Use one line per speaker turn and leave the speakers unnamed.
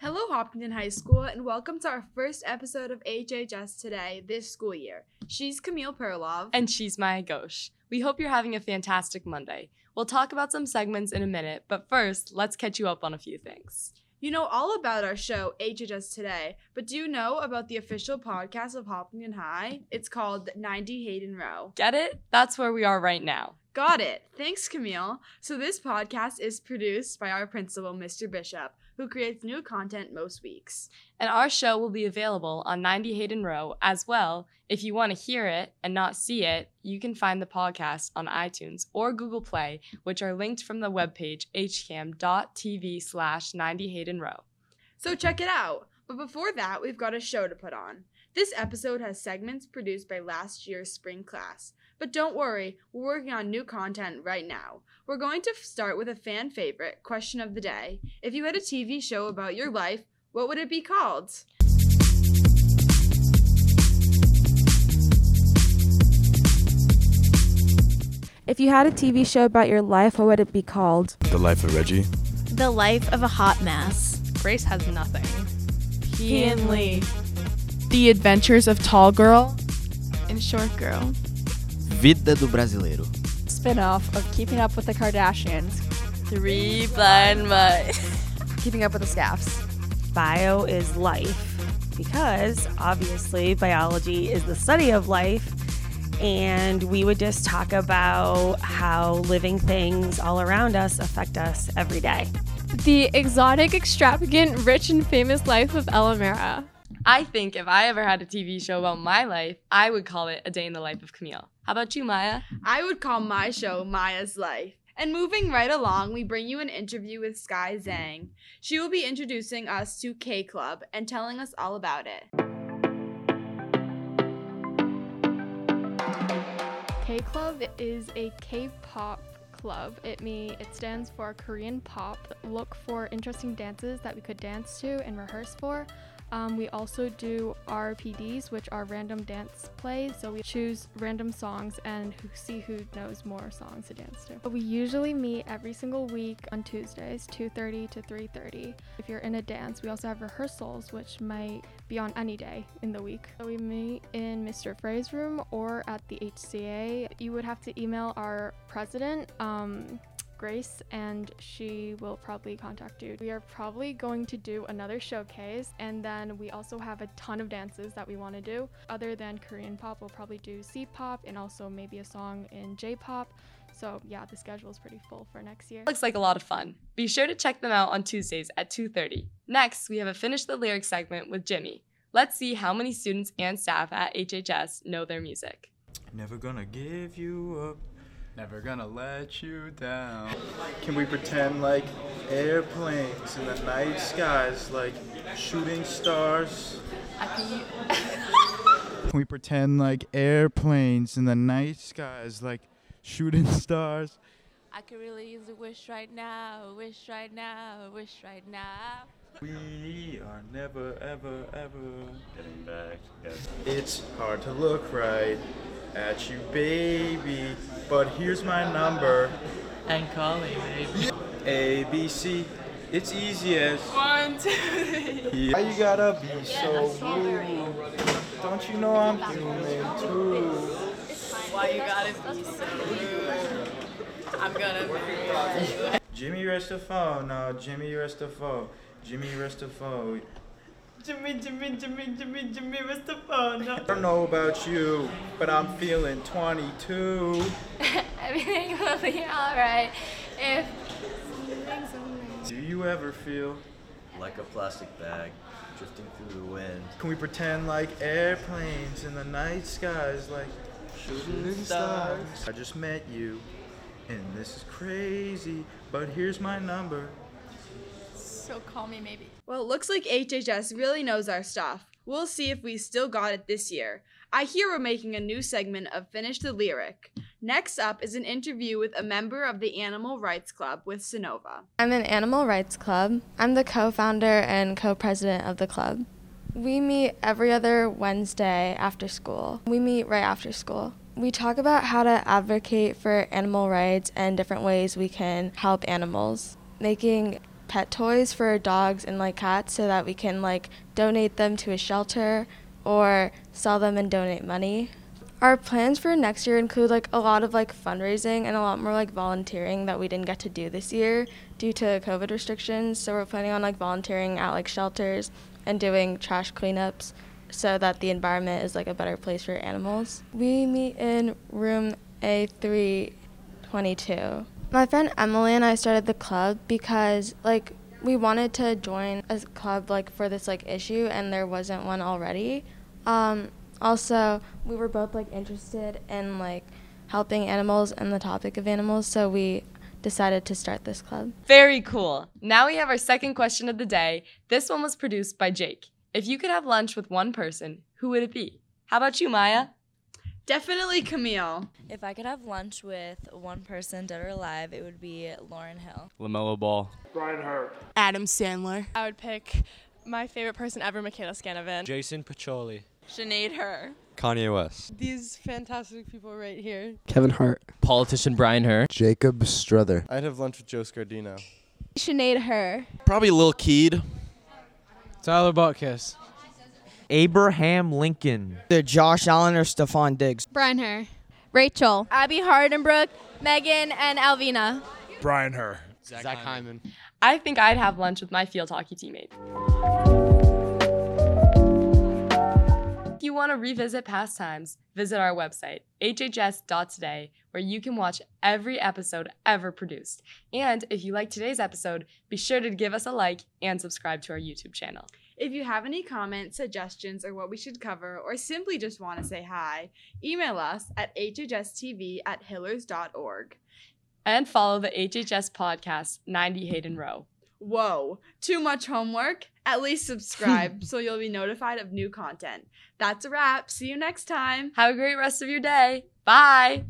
Hopkinton High School, and welcome to our first episode of HHS Today this school year. She's Camille Perlov.
And she's Maya Ghosh. We hope you're having a fantastic Monday. We'll talk about some segments in a minute, but first, let's catch you up on a few things.
you know all about our show, HHS Today, but do you know about the official podcast of Hopkinton High? It's called 90 Hayden Row.
Get it? That's where we are right now.
Got it. Thanks, Camille. So, this podcast is produced by our principal, Mr. Bishop, who creates new content most weeks.
And our show will be available on 90 Hayden Row as well. If you want to hear it and not see it, you can find the podcast on iTunes or Google Play, which are linked from the webpage hcam.tv slash 90 Hayden Row.
So check it out. But before that, we've got a show to put on. This episode has segments produced by last year's spring class. But don't worry, we're working on new content right now. We're going to f- start with a fan favorite question of the day. If you had a TV show about your life, what would it be called?
If you had a TV show about your life, what would it be called?
The Life of Reggie.
The life of a hot mess.
Grace has nothing.
He and Lee.
The Adventures of Tall Girl.
And short girl.
Vida do Brasileiro.
Spinoff of Keeping Up with the Kardashians.
Three blind mice.
keeping up with the staffs.
bio is life because obviously biology is the study of life. And we would just talk about how living things all around us affect us every day.
The exotic, extravagant, rich, and famous life of Elamera.
I think if I ever had a TV show about my life, I would call it A Day in the Life of Camille. How about you, Maya?
I would call my show Maya's Life. And moving right along, we bring you an interview with Sky Zhang. She will be introducing us to K Club and telling us all about it.
K Club is a K-pop club. It me it stands for Korean Pop. Look for interesting dances that we could dance to and rehearse for. Um, we also do RPDs, which are random dance plays. So we choose random songs and who, see who knows more songs to dance to. We usually meet every single week on Tuesdays, 2:30 to 3:30. If you're in a dance, we also have rehearsals, which might be on any day in the week. So we meet in Mr. Frey's room or at the HCA. You would have to email our president. Um, Grace and she will probably contact you. We are probably going to do another showcase and then we also have a ton of dances that we want to do. Other than Korean pop, we'll probably do C pop and also maybe a song in J pop. So yeah, the schedule is pretty full for next year.
Looks like a lot of fun. Be sure to check them out on Tuesdays at 2:30. Next, we have a finish the lyrics segment with Jimmy. Let's see how many students and staff at HHS know their music.
Never gonna give you up. Never gonna let you down. Can we pretend like airplanes in the night skies, like shooting stars? Can we pretend like airplanes in the night skies, like shooting stars?
I could really use a wish right now, wish right now, wish right now.
We are never, ever, ever getting back. It's hard to look right at you, baby, but here's my number.
And calling, baby.
A B C. It's easy as one, two, three. Why you gotta be so rude? Don't you know I'm human too?
Why you gotta be so I'm gonna
Jimmy Restafo, no, Jimmy Restafo, Jimmy Restafo.
Jimmy, Jimmy, Jimmy, Jimmy, Jimmy, Mr. Phone.
I don't know about you, but I'm feeling 22.
Everything will be alright if
Do you ever feel?
Like a plastic bag drifting through the wind.
Can we pretend like airplanes in the night skies, like shooting stars? I just met you, and this is crazy, but here's my number.
So call me maybe.
Well, it looks like HHS really knows our stuff. We'll see if we still got it this year. I hear we're making a new segment of Finish the Lyric. Next up is an interview with a member of the Animal Rights Club with Sonova.
I'm an animal rights club. I'm the co founder and co president of the club. We meet every other Wednesday after school. We meet right after school. We talk about how to advocate for animal rights and different ways we can help animals, making pet toys for dogs and like cats so that we can like donate them to a shelter or sell them and donate money. Our plans for next year include like a lot of like fundraising and a lot more like volunteering that we didn't get to do this year due to COVID restrictions. So we're planning on like volunteering at like shelters and doing trash cleanups so that the environment is like a better place for animals. We meet in room A322. My friend Emily and I started the club because like we wanted to join a club like for this like issue and there wasn't one already. Um, also, we were both like interested in like helping animals and the topic of animals, so we decided to start this club.
Very cool. Now we have our second question of the day. This one was produced by Jake. If you could have lunch with one person, who would it be? How about you, Maya?
Definitely Camille.
If I could have lunch with one person, dead or alive, it would be Lauren Hill.
LaMelo Ball.
Brian Hurt.
Adam Sandler.
I would pick my favorite person ever, Michaela Scanovan.
Jason Pacholi.
Sinead Her.
Kanye West.
These fantastic people right here.
Kevin Hart.
Politician Brian Hur.
Jacob Struther.
I'd have lunch with Joe Scardino.
Sinead Her.
Probably Lil Keed.
Tyler Butkus.
Abraham Lincoln.
The Josh Allen or Stephon Diggs.
Brian Hur.
Rachel.
Abby Hardenbrook. Megan and Alvina.
Brian Hur.
Zach, Zach Hyman. Hyman.
I think I'd have lunch with my field hockey teammate. If you want to revisit past times, visit our website, hhs.today, where you can watch every episode ever produced. And if you like today's episode, be sure to give us a like and subscribe to our YouTube channel.
If you have any comments, suggestions, or what we should cover, or simply just want to say hi, email us at hhstv at hillers.org.
And follow the HHS podcast, 90 Hayden Row.
Whoa, too much homework? At least subscribe so you'll be notified of new content. That's a wrap. See you next time.
Have a great rest of your day. Bye.